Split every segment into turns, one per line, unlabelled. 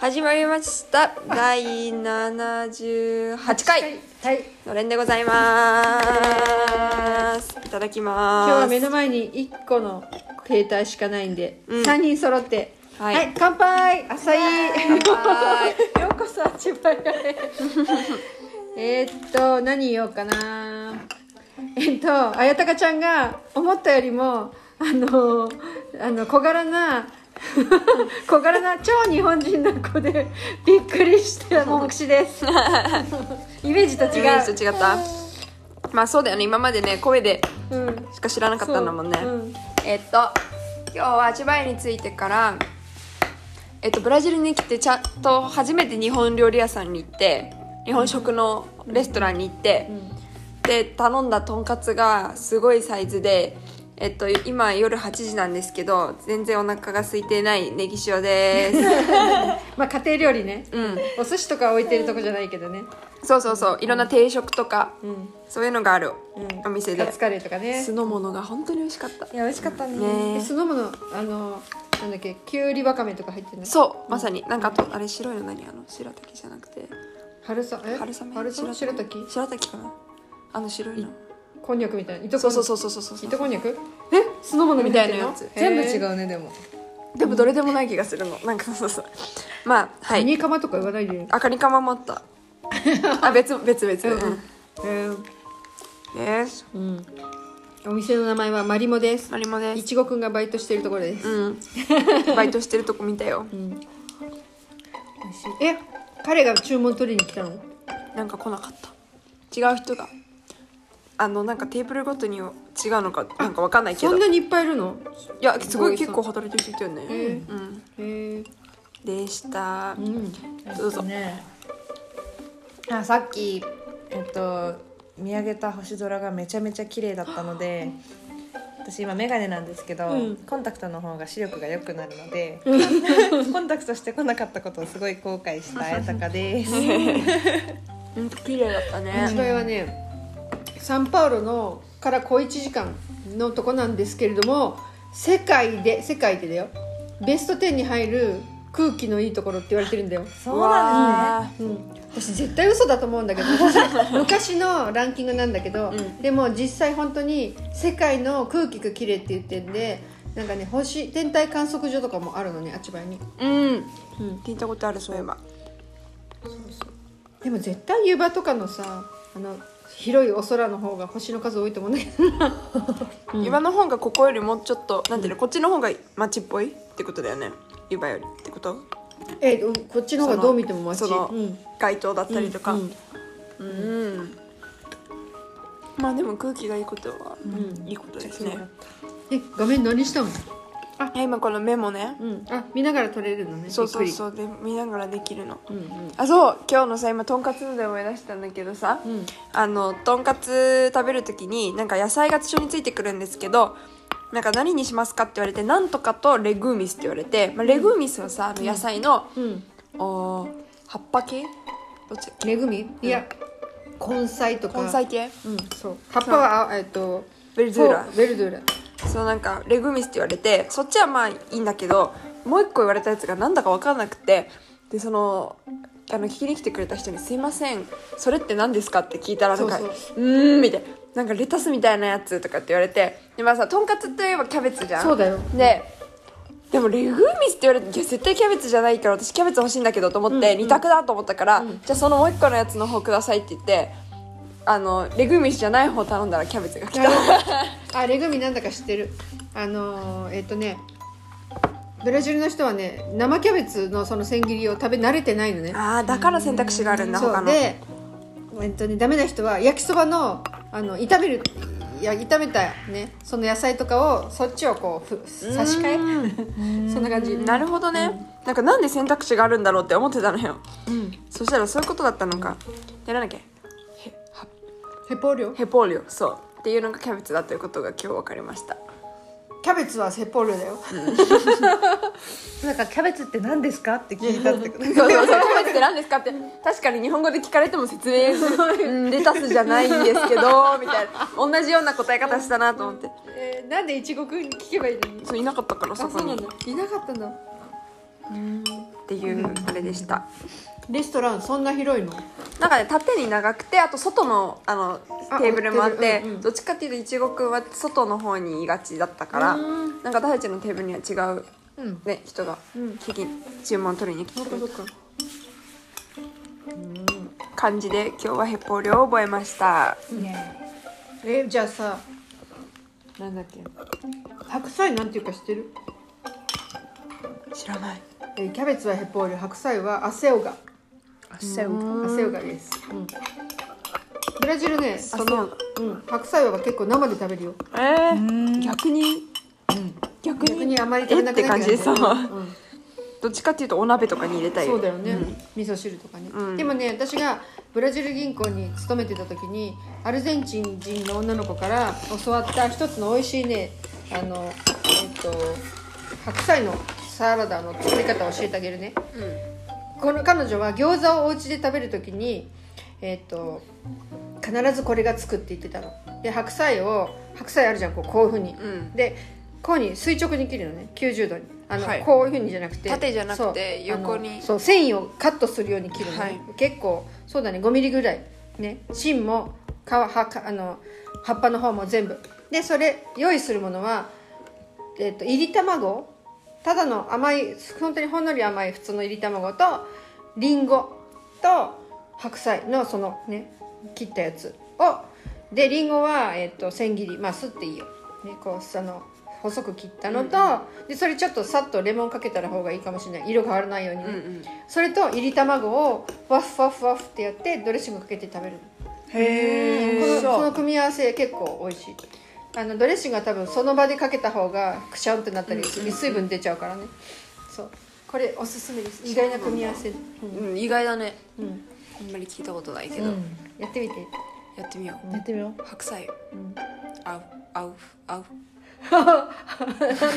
始まりました第78回
はい
のれんでございますいただきます
今日は目の前に1個の携帯しかないんで、3人揃って
は
はいい、乾杯浅井
は
ようこそ千 葉へえーっと何言おうかなえっと綾鷹ちゃんが思ったよりもあのあの小柄な 小柄な超日本人の子でびっくりした 目視ですイメージ
イ
と違
メ
う
ージと違ったまあそうだよね今までね声で
うん
しか知らなかったんだもんね、
そううん
えっと今日は千葉へについてからえっとブラジルに来てちゃんと初めて日本料理屋さんに行って日本食のレストランに行って、で頼んだとんかつがすごいサイズでえっと今夜8時なんですけど全然お腹が空いてないネギ塩です
まあ家庭料理ね、
うん
お寿司とか置いてるとこじゃないけどね、
そうそうそういろんな定食とか、
ん
そういうのがある
うん、
お店
カ
で
ツカレーとかね
酢の物が本当に美味しかった
いや美味しかったね
ね
え酢の物あのなんだっけきゅうりわかめとか入ってない
そうまさになんかあとあれ白いの何あの白滝じゃなくて
春さえ
春雨
春雨白滝
白滝かなあの白いの
こんにゃくみたいな糸こ
そ
ん
うそうそうそうそうそう
糸こんにゃくえ酢の物みたいな
みたいなやつ
全部違
う
うねでも
でもどれでもない気がするのなんかそうそうそうまあは
カ
い
ニカマとか言わないで
赤にかまもあったあ別別別
うん
うん
えー
です
うんお店の名前はマリモです
マリモで
い
す
ちごくんがバイトしてるところです
うん バイトしてるとこ見たよ
美味しいえ彼が注文取りに来たの
なんか来なかった違う人があのなんかテーブルごとに違うのかなんかわかんないけ
そ
ど
ん
い
なにいっぱいいるの
やすごい結構働いてる人いたよね
う
うん
へえ
でした
うん
どうぞ
ねあさっきえっと見上げた星空がめちゃめちゃ綺麗だったので私今眼鏡なんですけど、
うん
コンタクトの方が視力が良くなるので コンタクトしてこなかったことをすごい後悔した綾鷹です
ほんと綺麗だった
千
ね
葉はねサンパウロのから小1時間のとこなんですけれども世界で世界でだよベスト10に入る空気のいいところって言われてるんだよ、
そうなん
ね
うん、私絶対嘘だと思うんだけど昔のランキングなんだけど、
ん
でも実際本当に世界の空気が綺麗って言ってんでなんかね星天体観測所とかもあるのねあちばいに、
うん
うん、
聞いたことあるそういえば
でも絶対湯場とかのさあの広いお空の方が星の数多いと思うんだけど
湯葉の方がここよりもうちょっとなんていうのこっちの方が街っぽいってことだよね湯葉よりってこと
えうこっちの方がどう見ても街
その
うん
街灯だったりとか
う
うんん、まあでも空気がいいことは、
ん
いいことですね
え画面何したの
いや今このメモね
うんあ見ながら撮れるのね
そうそう
う
そうで見ながらできるの
うんうん
あそう今日のさ今とんかつで思い出したんだけどさ、
うん
あのとんかつ食べる時になんか野菜が一緒についてくるんですけどなんか何にしますかって言われてなんとかとレグーミスって言われて、まあ、レグーミスはさ、あの野菜の、
うん
お葉っぱ系どっち
恵みいや根菜とか
根菜系
うんそう葉っぱはあえっと
ベルズーラ
フォベルズーラ
そうなんかレグミスって言われてそっちはまあいいんだけどもう一個言われたやつがなんだか分かんなくてでそのあの聞きに来てくれた人に「すいませんそれって何ですか?」って聞いたらなんか「う
そう
ーん」みたいな「なんかレタスみたいなやつ」とかって言われてでまあさとんかつといえばキャベツじゃん
そうだよ
ででもレグミスって言われて「いや絶対キャベツじゃないから私キャベツ欲しいんだけど」と思って二択だと思ったから「じゃあそのもう一個のやつの方ください」って言ってあのレグミスじゃない方頼んだらキャベツが来た
あレグミなんだか知ってるあのーえっとねブラジルの人はね生キャベツのその千切りを食べ慣れてないのね
ああだから選択肢があるんだ
そ
他
う
の
で、えっとね、ダメな人は焼きそばのあの炒めるいや炒めたねその野菜とかをそっちをこうふ差し替えそんな感じ
なるほどねなんかなんで選択肢があるんだろうって思ってたのよそしたらそういうことだったのかでなんだっけ
ヘポーリョ
ヘポーリオそうっていうのがキャベツだということが今日分かりま した
キャベツはヘポーリョだよ
なんかキャベツって何ですかって聞いたってこと
そうそうそうキャベツって何ですかって確かに日本語で聞かれても説明するうんレタスじゃないんですけど みたいな同じような答え方したなと思って
えーなんでいちごくんに聞けばいいのに
そういなかったからそ
あ
こ
そうなん
に
だいなかったんだ
っていうあれでした、
レストランそんな広いの
なんかね縦に長くてあと外のあの
あ
テーブルもあっ
売って
て
るうんうん
どっちかっていうといちごくんは外の方にいがちだったから
うん
なんか私たちのテーブルには違う、
うん
ね、人が
うん
聞き注文取りに来て
そっ
くれ
か
た
そっか
感じで今日はヘポ料を覚えました
えじゃあさなんだっけ白菜なんていうか知ってる
知らない
えーキャベツはヘポール白菜はアセオガ
あせう
アセオガです、うん、ブラジルねそ
ア
の、うん、白菜は結構生で食べるよ
えー、逆に、逆に
逆にあまり食べな
え
くなっ
って感じでさ
うんうん
どっちかっていうとお鍋とかに入れたい
そうだよね、味噌汁とかね、
うん
でもね私がブラジル銀行に勤めてた時にアルゼンチン人の女の子から教わった一つの美味しいねあのえっ、と白菜のサラダの作り方を教えてあげるねこの彼女は餃子をお家で食べる時にえっ、と必ずこれがつくって言ってたので白菜を白菜あるじゃんこうこういうふう
う
に、
ん
でこういうふうに垂直に切るのね90度にあの、
はい
こういうふうにじゃなくて
縦じゃなくて
そう
横に
あのそう繊維をカットするように切るのね、
はい
結構そうだね5ミリぐらいね芯も皮はかあの葉っぱの方も全部でそれ用意するものは、えっといり卵ただの甘い本当にほんのり甘い普通のいり卵とりんごと白菜のそのね切ったやつをでりんごは、えっと千切りまあすっていいよ、ね、こうその細く切ったのと、でそれちょっとさっとレモンかけたら方がいいかもしれない色が変わらないようにね、
うんうん
それといり卵をワッフワッフワッフってやってドレッシングかけて食べる
へ
この
え
この組み合わせ結構美味しいあのドレッシングは多分その場でかけた方がくしゃんってなったり水分出ちゃうからねそうこれおすすめです意外な組み合わせ、うん
うん、意外だね
うん
あんまり聞いたことないけど、
うん
やってみて
やってみよう、
やってみよう
白菜、合う合う合う
なんだ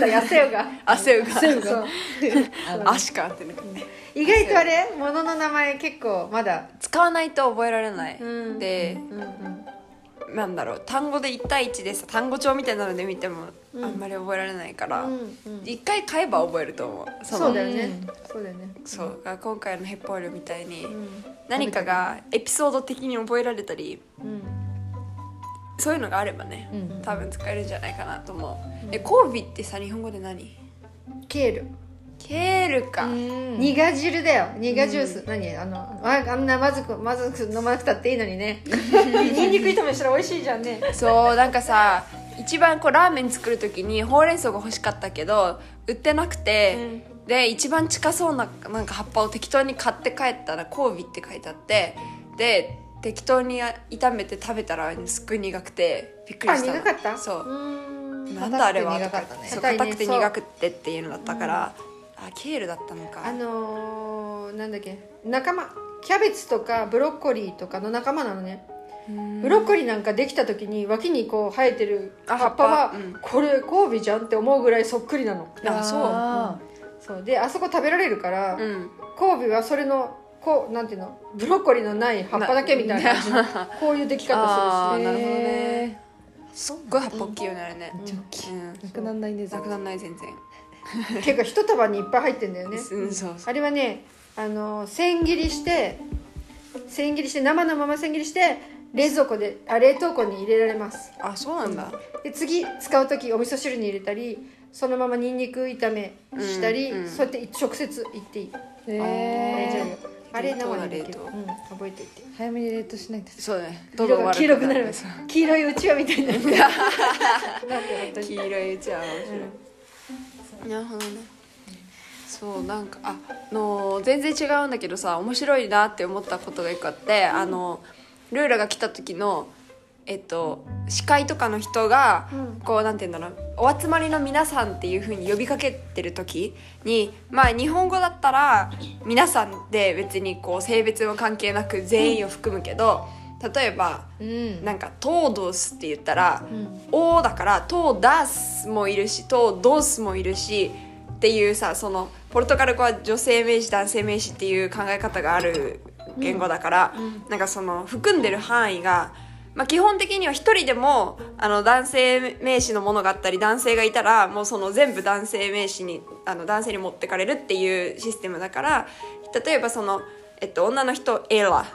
痩せよが
汗
そう
が足かってね
意外とあれ物の名前結構まだ
使わないと覚えられない、
うん
で、
うんうん
なんだろう単語で1対1でさ単語帳みたいなので見ても
うん
あんまり覚えられないから、
うんうん
一回買えば覚えると思うその
そうだよねそうだよね
そうが今回のヘッポールみたいに、
うん
何かがエピソード的に覚えられたり
うん
そういうのがあればね、
うん
多分使えるんじゃないかなと思う、え交尾ってさ日本語で何
ケール
ケールか、
苦汁だよ苦ジュース、何あのああんなまずくまずく飲まなくたっていいの にねニンニク炒めしたら美味しいじゃんね
そうなんかさ一番こうラーメン作る時にほうれん草が欲しかったけど売ってなくて、で一番近そうななんか葉っぱを適当に買って帰ったら交尾って書いてあってで適当に炒めて食べたらすっごい苦くてびっくり
あ
した
苦かった
そうう
ーん
なんだあれは
硬くて苦かったね
そう
硬いね
硬くて
そう
苦くてっていうのだったから、あケールだったのか
あのー、なんだっけ仲間キャベツとかブロッコリーとかの仲間なのねブロッコリーなんかできた時に脇にこう生えてる
あ
葉っぱ
葉っ
は
ぱうん
これ交尾じゃんって思うぐらいそっくりなの
あそう
そうであそこ食べられるから、
うん
交尾はそれのこうなんていうのブロッコリーのない葉っぱだけみたいな感じの こういう出来方
あ
す
ー
るし
なるほどねすっごい葉っぱ大きいよねあれね、
めっちゃ大きい
うん、
なくなんないね
なくならない全然
結構一束にいっぱい入ってんだよね
うん、そうそ
あれはねあの千切りして千切りして生のまま千切りして冷蔵庫であ冷凍庫に入れられます
うあそうなんだ
で次使う時お味噌汁に入れたりそのままにんにく炒めしたり、
うんうん
そうやって直接いっていい
へ
大丈
え
夫あれ生ででき
冷
る、
凍
う
だ
ん、覚えておいて
早めに冷凍しないと
そうだね
色が黄色くなる
そう
黄色いうちわみたいになるなんて本当
黄
に
色いうちは面白い、なるほどねそうなんかあの全然違うんだけどさ面白いなって思ったことが一個あって、あのルーラが来た時のえっと司会とかの人が、
うん
こうなんて言うんだろうお集まりの皆さんっていう風に呼びかけてる時にまあ日本語だったら皆さんで別にこう性別も関係なく全員を含むけど、例えば
うん
なんか「トードス」って言ったら「
ん
お」だから「トーダス」もいるし「トードス」もいるしっていうさそのポルトガル語は女性名詞男性名詞っていう考え方がある言語だから、なんかその含んでる範囲が、まあ、基本的には一人でもあの男性名詞のものがあったり男性がいたらもうその全部男性名詞にあの男性に持ってかれるっていうシステムだから例えばその、えっと、女の人エラ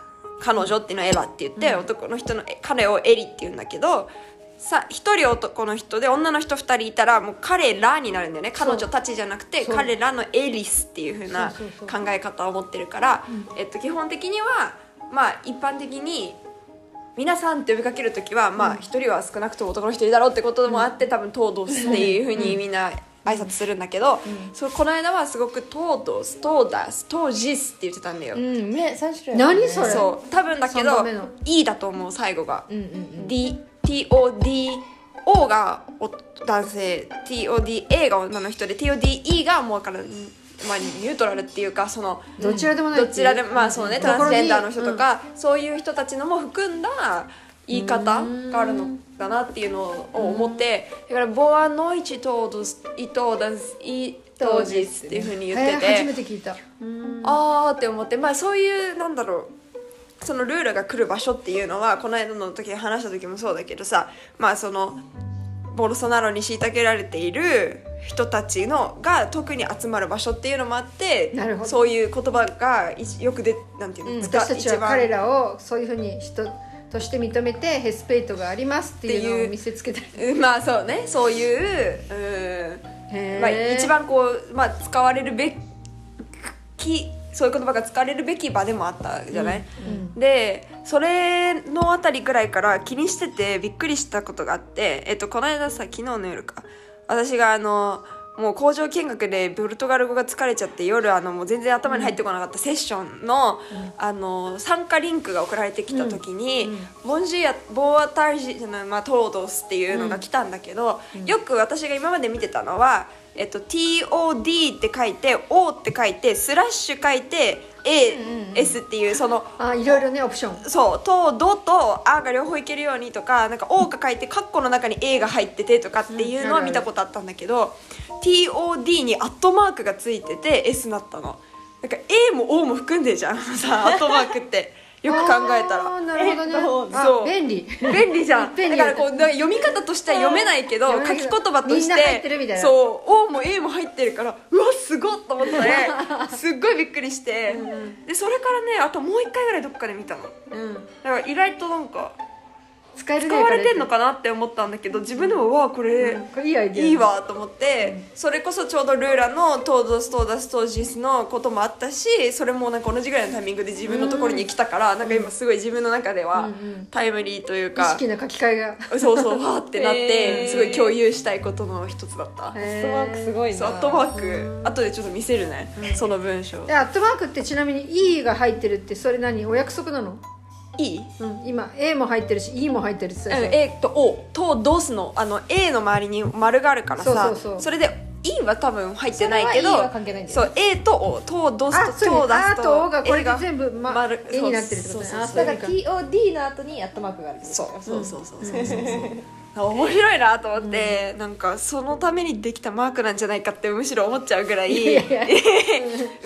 彼女っていうのはエラって言って、男の人のえ彼をエリって言うんだけどさ一人男の人で女の人二人いたらもう彼らになるんだよね彼女たちじゃなくて
そう
彼らのエリスっていう風な
そうそうそう
考え方を持ってるから、えっと、基本的にはまあ一般的に皆さんって呼びかける時はまあ一人は少なくとも男の人いるだろうってこともあって多分トードスっていうふうにみんな挨拶するんだけど、そうこの間はすごくトードストーダストージスって言ってたんだよ、
うん目三種類あるね
何それ
そう多分だけ
三
ど
番目の
E だと思う最後が、
うんうん
D TODO がお男性 TODA が女の人で TODE がもうだから、まあ、ニュートラルっていうかその
どちらでもない
どちらでもまあそうね
うん
トランスジェンダーの人とか、そういう人たちのも含んだ言い方があるのだなっていうのを思ってだから「ボアノイチトードスイトーダンスイトージス」っていうふうに言ってて、
えー初めて聞いた
あーって思ってまあそういうなんだろうそのルールが来る場所っていうのはこの間の時話した時もそうだけどさまあそのボルソナロに虐げられている人たちのが特に集まる場所っていうのもあって
なるほど
そういう言葉がいよくでなんていうの、
うん
使う
私たちは彼らをそういうふうに人として認めてヘスペイトがありますっていうのを見せつけたり
うんまあそうねそういう、うんまあ、一番こう、まあ、使われるべきそういう言葉が使われるべき場でもあったじゃない、でそれのあたりぐらいから気にしててびっくりしたことがあって、えっと、この間さ昨日の夜か私があのもう工場見学でポルトガル語が疲れちゃって夜あのもう全然頭に入ってこなかったセッションの,、あの参加リンクが送られてきた時に「ボンジュアボーアタージじゃない、まあ、トードス」っていうのが来たんだけど、よく私が今まで見てたのは「えっと、TOD」って書いて「O」って書いてスラッシュ書いて「AS」っていうその「
あいろいろねオプション
そう「と」「ど」と「あ」が両方いけるようにとか「なんかお」が書いてカッコの中に「A」が入っててとかっていうのは見たことあったんだけど「TOD」にアットマークがついてて「S」だったのなんか「A」も「O」も含んでるじゃん さアットマークってよく考えた
あー
ら
なるほどね、
えっとそ
あ
う
便利
便利じゃん
便
だ
利
からこうなんか読み方としては読めないけど
うん
書き言葉と
みん
し
な入ってるみたい
て
な
そう「O」も「A」も入ってるからうわすごっと思 ってすっごいびっくりしてでそれからねあともう一回ぐらいどっかで見たの。
うん、
だから意外となんか
使える
使
ね
われてんのかなって思ったんだけど自分でもうわあこれ
これいいアイデア
いいわと思ってそれこそちょうどルーラのトードストーダストージスのこともあったしそれもなんか同じぐらいのタイミングで自分のところに来たからなんか今すごい自分の中ではタイムリーという
意
か
識の書き換えが
そうそうわーってなっ
へ
て
ー
すごい共有したいことの一つだった
へ
アットワークすごいな
そうアットマーク後でちょっと見せるねその文章
でアットマークってちなみに「E」が入ってるってそれ何お約束なの、
いい
うん、今「A」も入ってるし「E」も入ってるって言ってた
うん、
でし
A と O とドスのあの A の周りに丸があるからさ
そうそうそう
れで E は多分入ってないけ
それは E
ど
は関係ないんだよ
そう A と O とド
ょあ
ス
そう
と
ね
とダ
あ
ス
と「O」
と
がこれ
A
で全部、ま、
丸
A になってるってこと
そう
ね
そう
あ
そう
だから TOD の後にアットマークがある
そうそうそうそうそうそうそう面白いなと思って、なんかそのためにできたマークなんじゃないかってむしろ思っちゃうぐらい
いやいや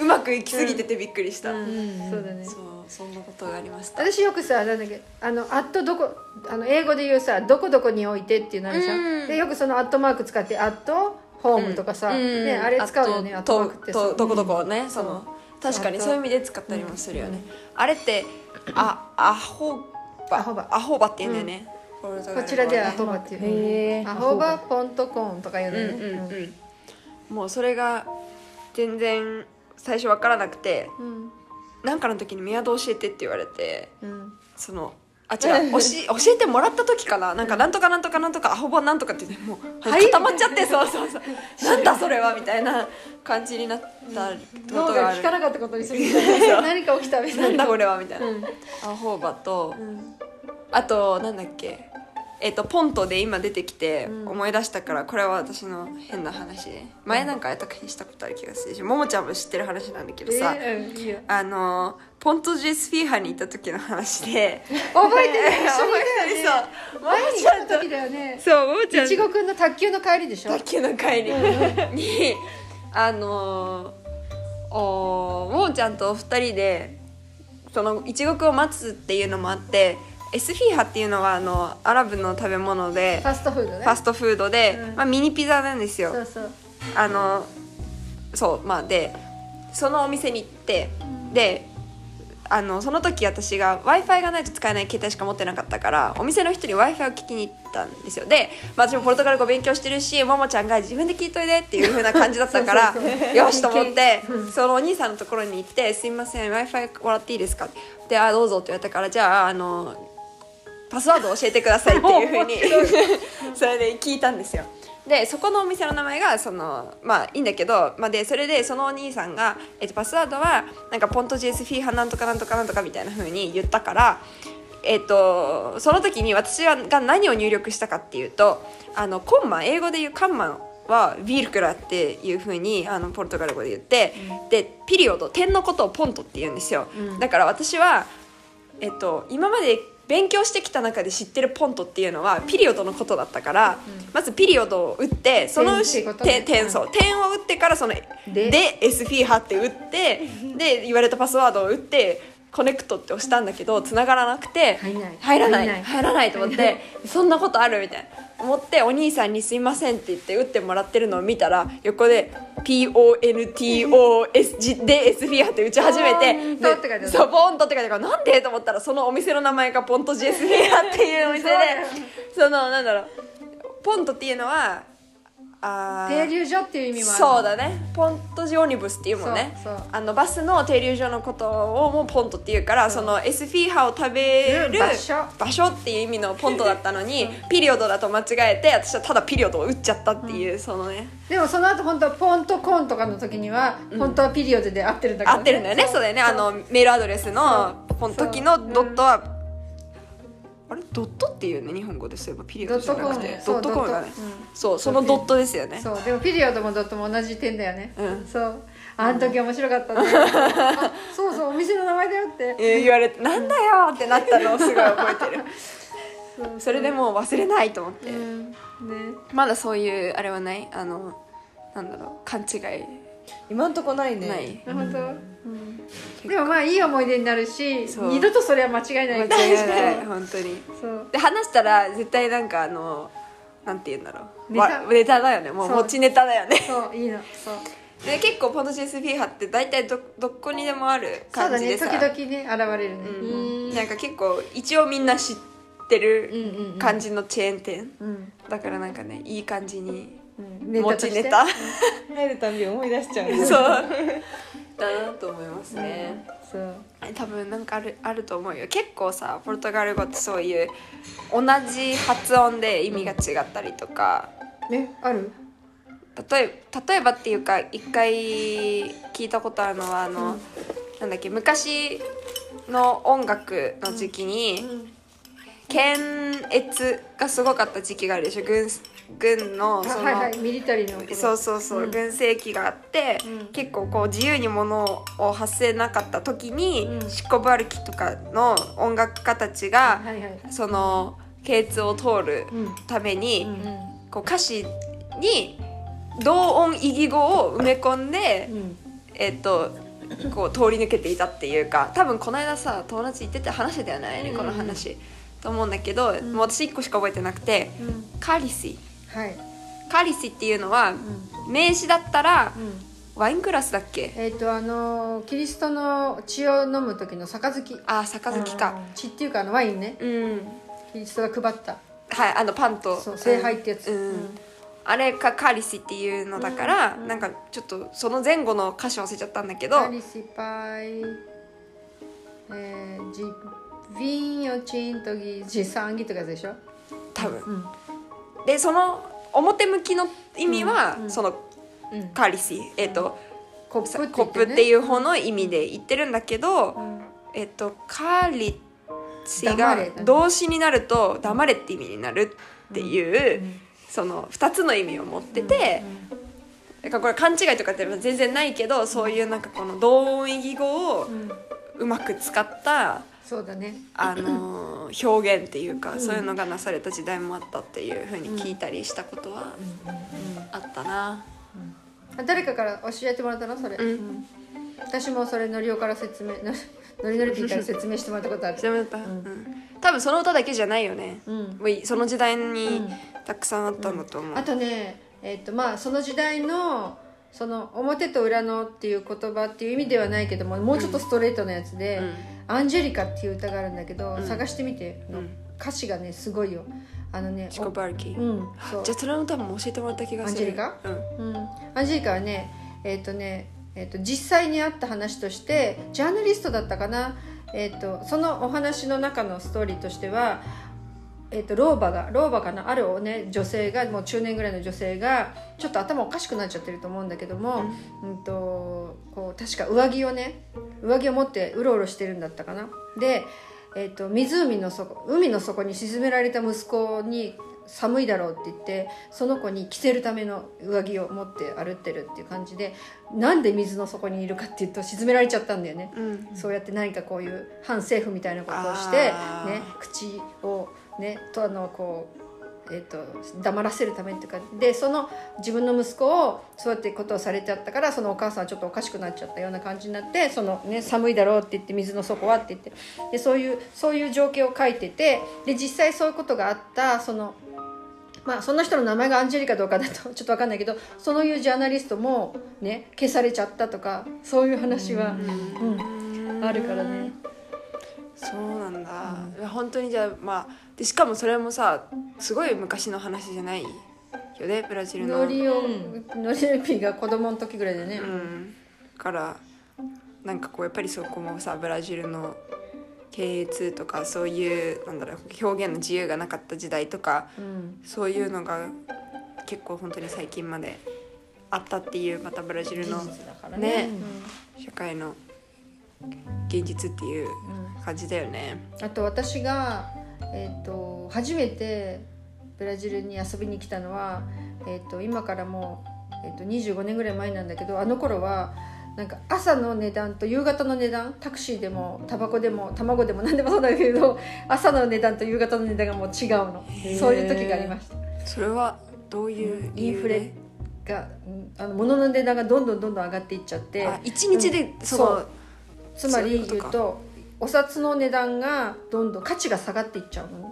うまくいきすぎててびっくりした、
うんそうだね
そうそんなことがありました
私よくさなんだっけあの「アットどこ」あの英語で言うさ「どこどこに置いて」っていうのあるじゃん、
うん
でよくそのアットマーク使って「アットホーム」とかさ、
うん
ね、あれ使うよねアットマークって
とと
そ
ど
う
こどこねその確かに
あと
そういう意味で使ったりもするよね、あれってあアホバ
アホバ
アホバって言うんだよね、ポルトガル語
こちらではアホバってい
へ
う
ー
アホバポントコーンとか言
う
うの
ん
ね、
うんうんもうそれが全然最初わからなくて
うん
なんかの時に宮戸教えてって言われて
うん
そのあ違う教え教えてもらった時かななんかなんとかなんとかなんとかアホバなんとかって言ってもう
はい
固まっちゃってそうそうそうなんだそれはみたいな感じになったこと
脳
があ
が
る
効 かなかったことにする
何か起きたみた
ないん
な
だこれはみたいな、
うん
アホーバと、
ん
あとなんだっけえっ、とポントで今出てきて思い出したから、これは私の変な話ね前なんかやったかにしたことある気がするしももちゃんも知ってる話なんだけどさ、
えーうんいいよ
あのポントジェスフィーハに行った時の話で
覚えてる一緒にいたよね
そうもも
毎日
ちゃん
の
と
時だよね
そうももちゃん
いちごくんの卓球の帰りでしょ
卓球の帰りにあのーおーももちゃんとお二人でそのいちごくんを待つっていうのもあってエスフィーハっていうのはあのアラブの食べ物で
ファストフード
フ
ね
ァストフードで、
うん
まあ、ミニピザなんですよ
そうそう
あのそうまあでそのお店に行って、であのその時私が w i f i がないと使えない携帯しか持ってなかったからお店の人に w i f i を聞きに行ったんですよで、まあ、私もポルトガル語勉強してるしももちゃんが自分で聞いといでっていう風な感じだったから
そうそうそう
よしと思ってそのお兄さんのところに行って「すいません w i f i もらっていいですか?」で「あどうぞ」って言われたから「じゃああのパスワードを教えてください」っていう風にそれで聞いたんですよでそこのお店の名前がそのまあいいんだけど、まあ、でそれでそのお兄さんが、えっと、パスワードはなんかポント GS フィーハなんとかなんとかなんとかみたいな風に言ったから、えっと、その時に私はが何を入力したかっていうとあのコンマ英語で言うカンマはビールクラっていう風にあのポルトガル語で言って、でピリオド点のことをポントって言うんですよ、だから私はえっと、今まで勉強してきた中で知ってるポントっていうのはピリオドのことだったから、まずピリオドを打ってその
点って
後
こと
て
ね
点そう点を打ってからその
で
でエスフィーハって打 ってで言われたパスワードを打ってコネクトって押したんだけど繋がらなくて
入んない
入らな
入
い
んない
入らないと思 ってそんなことあるみたいな思ってお兄さんに「すいません」って言って打ってもらってるのを見たら横で「PONTOS で S フィア」って打ち始めて
ポンとって書いてある
でそうポンとって書いてあるからなんでと思ったらそのお店の名前がポントジェスフィアっていうお店でそのなんだろうポントっていうのはあー
停留所っていう意味もある
そうだねポントジオニブスっていうもんね
そうそう
あのバスの停留所のことをもうポントっていうからそのエスフィーハを食べる
場所
場所っていう意味のポントだったのに、ピリオドだと間違えて私はただピリオドを打っちゃったっていう、そのね
でもその後本当はポンとコーンとかの時には本当はピリオドで合ってるんだけど、
合ってるんだよねそれねあのメールアドレスのこの時の
そう
ドットは、あれドットっていうね日本語でそういえばピリオドじゃなくてド
ド
ッ
ッ
ト
トコ
コ
ム
ム
だ
だ
ね
ね
うん
そうそのドットですよね
そうでもピリオドもドットも同じ点だよね、
うん
そうあの時面白かったねあそうそうお店の名前だよって
えー言われて「なんだよ!」ってなったのをすごい覚えて る
そう
それでもう忘れないと思って、
うんね
まだそういうあれはないあのなんだろう勘違い
今んとこないね
ない
なるほど、うん、でもまあいい思い出になるし
そう
二度とそれは間違いない
間
け
違
ど
い ない本当に
そう
で話したら絶対なんかあのなんて言うんだろう
ネタ
わネタだよねもう
そう
持ちネタだよね
そういいのそう
で結構ポンドシスフィーハって大体どどこにでもある
そ
感
うだ
じ
ね
でさ
時々ね現れるね、
うんなんか結構一応みんな知って
うんうん
る
うん
感じのチェーン店、
うん
だからなんかねいい感じに
うん
持
と
ち
して
ネタ
入るたんび思い出しちゃう
そうだなと思いますね、
そう
多分なんかあるあると思うよ結構さポルトガル語ってそういう同じ発音で意味が違ったりとか
えある
例え例えばっていうか一回聞いたことあるのはあの、なんだっけ昔の音楽の時期に、検閲がすごかった時期があるでしょ軍軍の
あ
その。
はいはいミリタリーのこと
そうそうそう、
うん
軍政期があって、
うん
結構こう自由にものを発せなかった時に、
うん
シコバルキとかの音楽家たちが、
はいはい
その系通を通る
うん
ために、
うん
こう歌詞に同音異義語を埋め込んで、
うん
えっとこう通り抜けていたっていうか多分この間さ友達行ってて話してたよね、
うん
この話と思うんだけど、もう私1個しか覚えてなくて、
うん
カリシ
はい
カリシっていうのは、
うん
名詞だったら、
うん
ワイングラスだっけ
えっ、とあのーキリストの血を飲む時の杯
あー杯か
血っていうかあのワインね
うん
キリストが配った
はいあのパンと
そう聖杯ってやつ
うん
うん
あれかカリシっていうのだから、なんかちょっとその前後の歌詞忘れちゃったんだけど
カリシパイえー、ジビンヨチンとギジサンギとかでしょ
多分、でその表向きの意味は、その
うん
カリシえっ、と、
コップ
コップっていうう方の意味で言ってるんだけど、えっ、とカリシ
黙
が
れだね
動詞になると黙れって意味になるっていう、その2つの意味を持ってて。なんかこれ勘違いとかって全然ないけどそういうなんかこの同音異義語をうまく使った、
そうだね
あのー表現っていうか、そういうのがなされた時代もあったっていうふうに聞いたりしたことはあったな。
あ誰かから教えてもらったのそれ、
ん
うん 私もそれのりおから説明ののりのりピーから説明してもらったことある
ちなみにやっぱうん多分その歌だけじゃないよね、
うん
もういその時代に
うん
たくさんあったんだと思う、
あとね、えっとまあ、その時代のその表と裏のっていう言葉っていう意味ではないけどももうちょっとストレートなやつで「
うん
アンジェリカ」っていう歌があるんだけど、
うん
探してみて、
うん
歌詞がねすごいよあのね
チコバルキー、
おうんそう
じゃあそれの歌も教えてもらった気がする
アンジェリカ
うん
うん、アンジェリカはねえっ、とね、えっと実際にあった話としてジャーナリストだったかな、えっとそのお話の中のストーリーとしては、えっと老婆が老婆かなある、ね、女性がもう中年ぐらいの女性がちょっと頭おかしくなっちゃってると思うんだけども、うんとこう確か上着をね上着を持ってうろうろしてるんだったかな。でえっと湖の底海の底に沈められた息子に寒いだろうって言ってその子に着せるための上着を持って歩ってるっていう感じでなんで水の底にいるかっていうと沈められちゃったんだよね、
うん
そうやって何かこういう反政府みたいなことをして、ね
あー、
口をねとあのこう、えっと黙らせるためっていうかでその自分の息子をそうやってことをされちゃったからそのお母さんはちょっとおかしくなっちゃったような感じになってその、ね、寒いだろうって言って水の底はって言ってでそういうそういう情景を書いててで実際そういうことがあったその。まあ、その人の名前がアンジェリカどうかだと ちょっと分かんないけどそういうジャーナリストも、ね、消されちゃったとかそういう話は、うん、あるからね
そうなんだ、いや本当にじゃあまあでしかもそれもさすごい昔の話じゃないよねブラジルの
ノリオ、
う
ノリオピーが子供の時ぐらいでね、
うんだからなんかこうやっぱりそこもさブラジルの経営通とかそういうなんだろう表現の自由がなかった時代とか
うん
そういうのが結構本当に最近まであったっていうまたブラジルの
事実だからね
ね社会の現実っていう感じだよね。
あと私が、えー、と初めてブラジルに遊びに来たのは、えー、と今からもう、えー、と25年ぐらい前なんだけどあの頃はなんか朝の値段と夕方の値段タクシーでもタバコでも卵でも何でもそうだけど朝の値段と夕方の値段がもう違うの
へー
そういう時がありました。
それはどういう理
イ
由
ン
で
フレがうんあの物の値段がどんどんどんどん上がっていっちゃって
あ一日で
うん
そ
そ
の
うつま
そうい
り
うこと
言
か
うとお札の値段がどんどん価値が下がっていっちゃうのね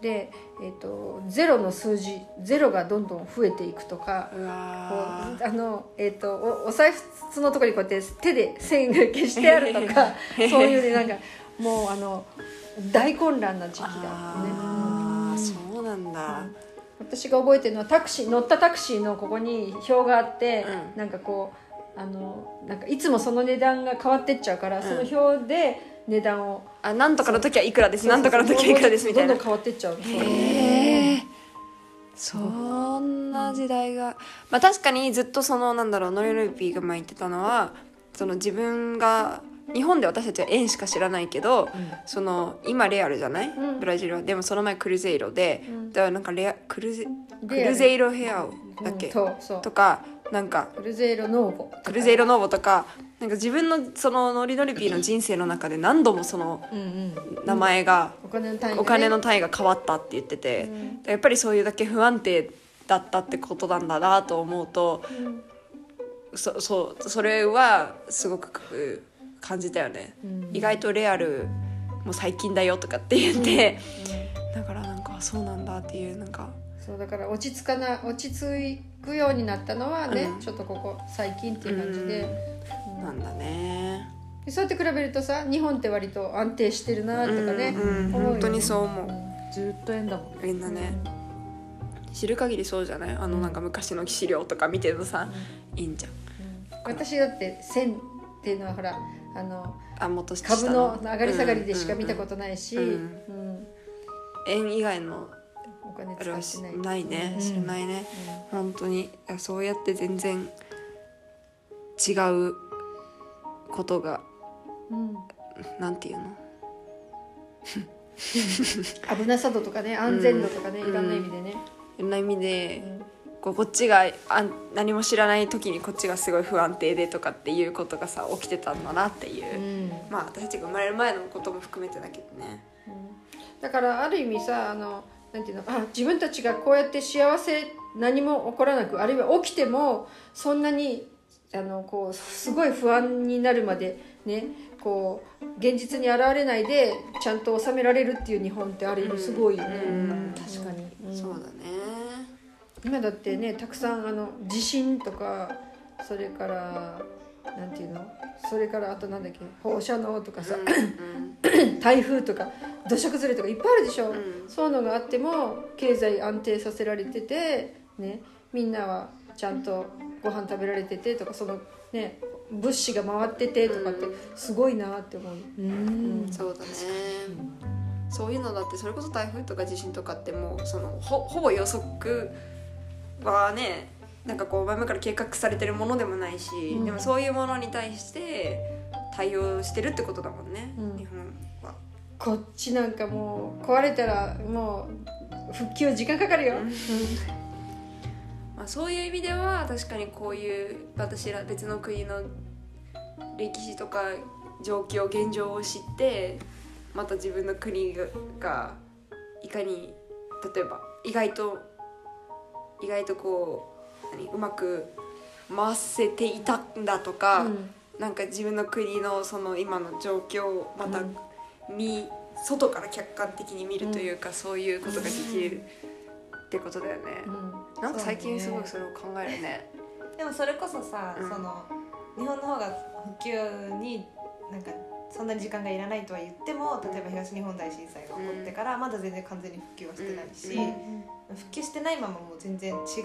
で、えー、とゼロの数字ゼロがどんどん増えていくとか
う
こう
わ
あの、えー、とおお財布のところにこうやって手で線が消してあると かそういうねなんかもうあの大混乱な時期だったね。
あーそうなんだ、
私が覚えてるのはタクシー乗ったタクシーのここに表があって、
うん
なんかこうあのなんかいつもその値段が変わってっちゃうから、
ん
その表で値段を
あなんとかの時はいくらですなんとかの時はいくらですみたいな
どんどん変わってっちゃうそう
へえそんな時代が、まあ、確かにずっとそのなんだろうノリルーピーが前言ってたのはその自分が日本で私たちは円しか知らないけど、その今レアルじゃない、
うん
ブラジルはでもその前クルゼイロで、
うん
だからなんかレアクルゼク
レアル
ルゼイロヘアをだっけ、
うんそうそう
とかなんか
クルゼイロノーボ
クルゼイロノーボとかなんか自分のそのノリノリピーの人生の中で何度もその
うんうん
名前が、
お金の単位、ね、
お金の単位が変わったって言ってて、
ん
やっぱりそういうだけ不安定だったってことなんだなと思うと
うん
そそうそれはすごくう感じたよね、
うん
意外とレアルも最近だよとかって言って、だからなんかそうなんだっていうなんか
そうだから落ち着かな落ち着くようになったのはね、
うん
ちょっとここ最近っていう感じで、うん
なんだね。
でそうやって比べるとさ日本って割と安定してるなとかね、
うんうん
思うよね
本当にそう思
ずっと円だもん
うみんなね、知る限りそうじゃないあのなんか昔の資料とか見てるとさ、いいんじゃん
私だって線っていうのはほらあの
あもっと下
株の上がり下がりでしか見たことないし、
う
うんん
うん円以外の
お金
あれは
使ってない
ないね、
うん
知らないね、本当にいやそうやって全然違うことが
うん
なんていうの
危なさ度とかね安全度とかね、
うん
いろんな意味でね、
いろんな意味で、
うん
こうこっちがあ何も知らない時にこっちがすごい不安定でとかっていうことがさ起きてたんだなっていう、
うん
まあ私たちが生まれる前のことも含めてだけどね。
だからある意味さあのなんていうのあ自分たちがこうやって幸せ何も起こらなくあるいは起きてもそんなにあのこうすごい不安になるまでねここう現実に現れないでちゃんと収められるっていう日本ってあれ
うん
すごいよね、
うん
確かに、
そうだね
今だってねたくさんあの地震とかそれからなんていうのそれからあとなんだっけ放射能とかさ、台風とか土砂崩れとかいっぱいあるでしょ、
ん
そういうのがあっても経済安定させられてて、ね、みんなはちゃんとご飯食べられててとかその、ね、物資が回っててとかって
うん
すごいなって思う、
うん
うんそうだねそういうのだってそれこそ台風とか地震とかってもうそのほほぼ予測はねなんかこう前々から計画されてるものでもないし、
うん
でもそういうものに対して対応してるってことだもんね、
うん
日本は。
こっちなんかもう壊れたらもう復旧時間かかるよ、
うんまあ、そういう意味では確かにこういう私ら別の国の歴史とか状況現状を知ってまた自分の国がいかに例えば意外と意外とこう何うまく回せていたんだとか、
うん
なんか自分の国のその今の状況をまた
うん
見、外から客観的に見るというか、そういうことができるってことだよね。
うん
なんか最近すごいそれを考えるね。
でもそれこそさ、
うん
その日本の方が復旧になんかそんなに時間がいらないとは言っても例えば東日本大震災が起こってからまだ全然完全に復旧はしてないし、
うん
復旧してないままもう全然違うルー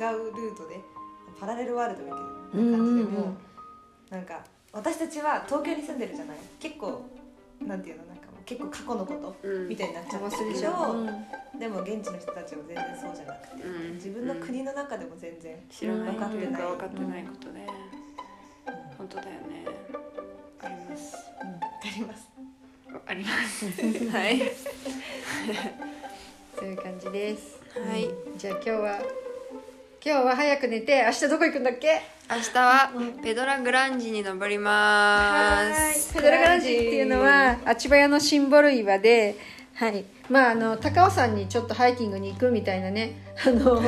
トでパラレルワールドみた
う
い
ん
な
うんうん
感じでもうなんか私たちは東京に住んでるじゃない結構なんていうのなんかもう結構過去のこと
うん
みたいになっちゃ
邪
っ
魔
て
する
るで
で
し
しょ、
ょ、
うん
でも現地の人たちは全然そうじゃなくて、
うん
自分の国の中でも全然
知らないというか
うん
分かってないことね。本当だよね。あります。
うんわかります
あります。はい。
そういう感じです
はい。
じゃあ今日は今日は早く寝て明日どこ行くんだっけ
明日はペドラグランジに登ります。
ペドラガランジっていうのはあちばやのシンボル岩で、はい、まああの高尾山にちょっとハイキングに行くみたいなね、あの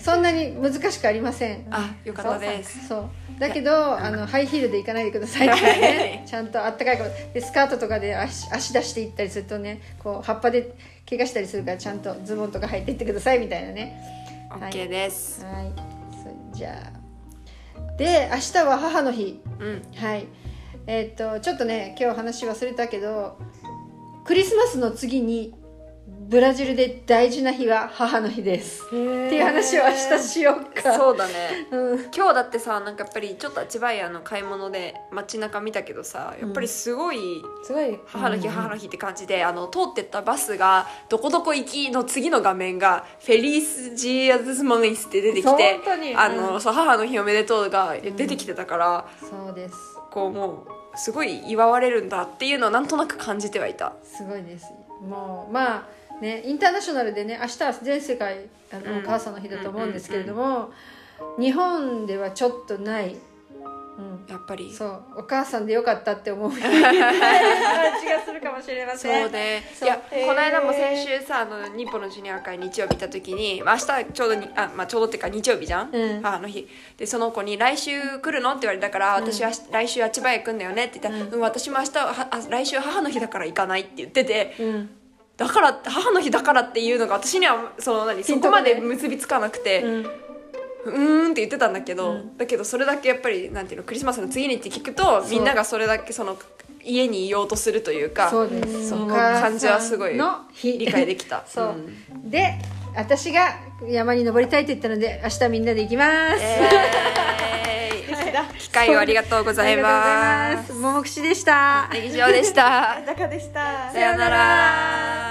そんなに難しくありません。
あ、よかったです。
そう。だけどあのハイヒールで行かないでくださいって
は
ね
い。
ちゃんとあったかいことでスカートとかで足足出していったりするとね、こう葉っぱで怪我したりするからちゃんとズボンとか履いていってくださいみたいなね。
オッケーです。
はい。それじゃあで明日は母の日。
うん。
はい。えーっとちょっとね今日話忘れたけどクリスマスの次にブラジルで大事な日は母の日です。
って
っていう話を明日しようか。
そうだね。
うん
今日だってさなんかやっぱりちょっと千葉屋の買い物で街中見たけどさやっぱりすごい
すごい
母の日母の日って感じで、あの通ってったバスが「どこどこ行き」の次の画面が「フェリース・ジーアズス・モネス」って出てきて
本当に
あの、そう母の日おめでとうが出てきてたから、
そうです。
こうもうすごい祝われるんだっていうのをなんとなく感じてはいた。
すごいです。もうまあねインターナショナルでね明日は全世界あの、
うん
お母さんの日だと思うんですけれども、日本ではちょっとない。うん
やっぱりそ
そうお母さんでよかったって思う気がするかもしれません
うで
そ
いうやこの間も先週さあの日本のジュニア会日曜日行った時に、まあ、明日ちょうどにあ、まあ、ちょうどっていうか日曜日じゃん、
うん
母の日でその子に「来週来るの?」って言われたから「私は来週は千葉へ行くんだよね」って言ったら「
う
うんん、私も明日ははあ来週母の日だから行かない」って言ってて
うん
だから母の日だからっていうのが私にはその何
ピ
そ
ンと
こ
こな
ま
い
で結びつかなくて。
うん
うーんって言ってたんだけど、だけどそれだけやっぱりなんていうのクリスマスの次にって聞くと
う
みんながそれだけその家にいようとするというか
そうです
そ
お
の
母さん
感じはすごい
の日
理解できた
そう、
ん
で私が山に登りたいと言ったので明日みんなで行きます、
えー、機会をありがとうござい
ありが
ま
とうございますす桃串でした
以上でした
中でした
さようなら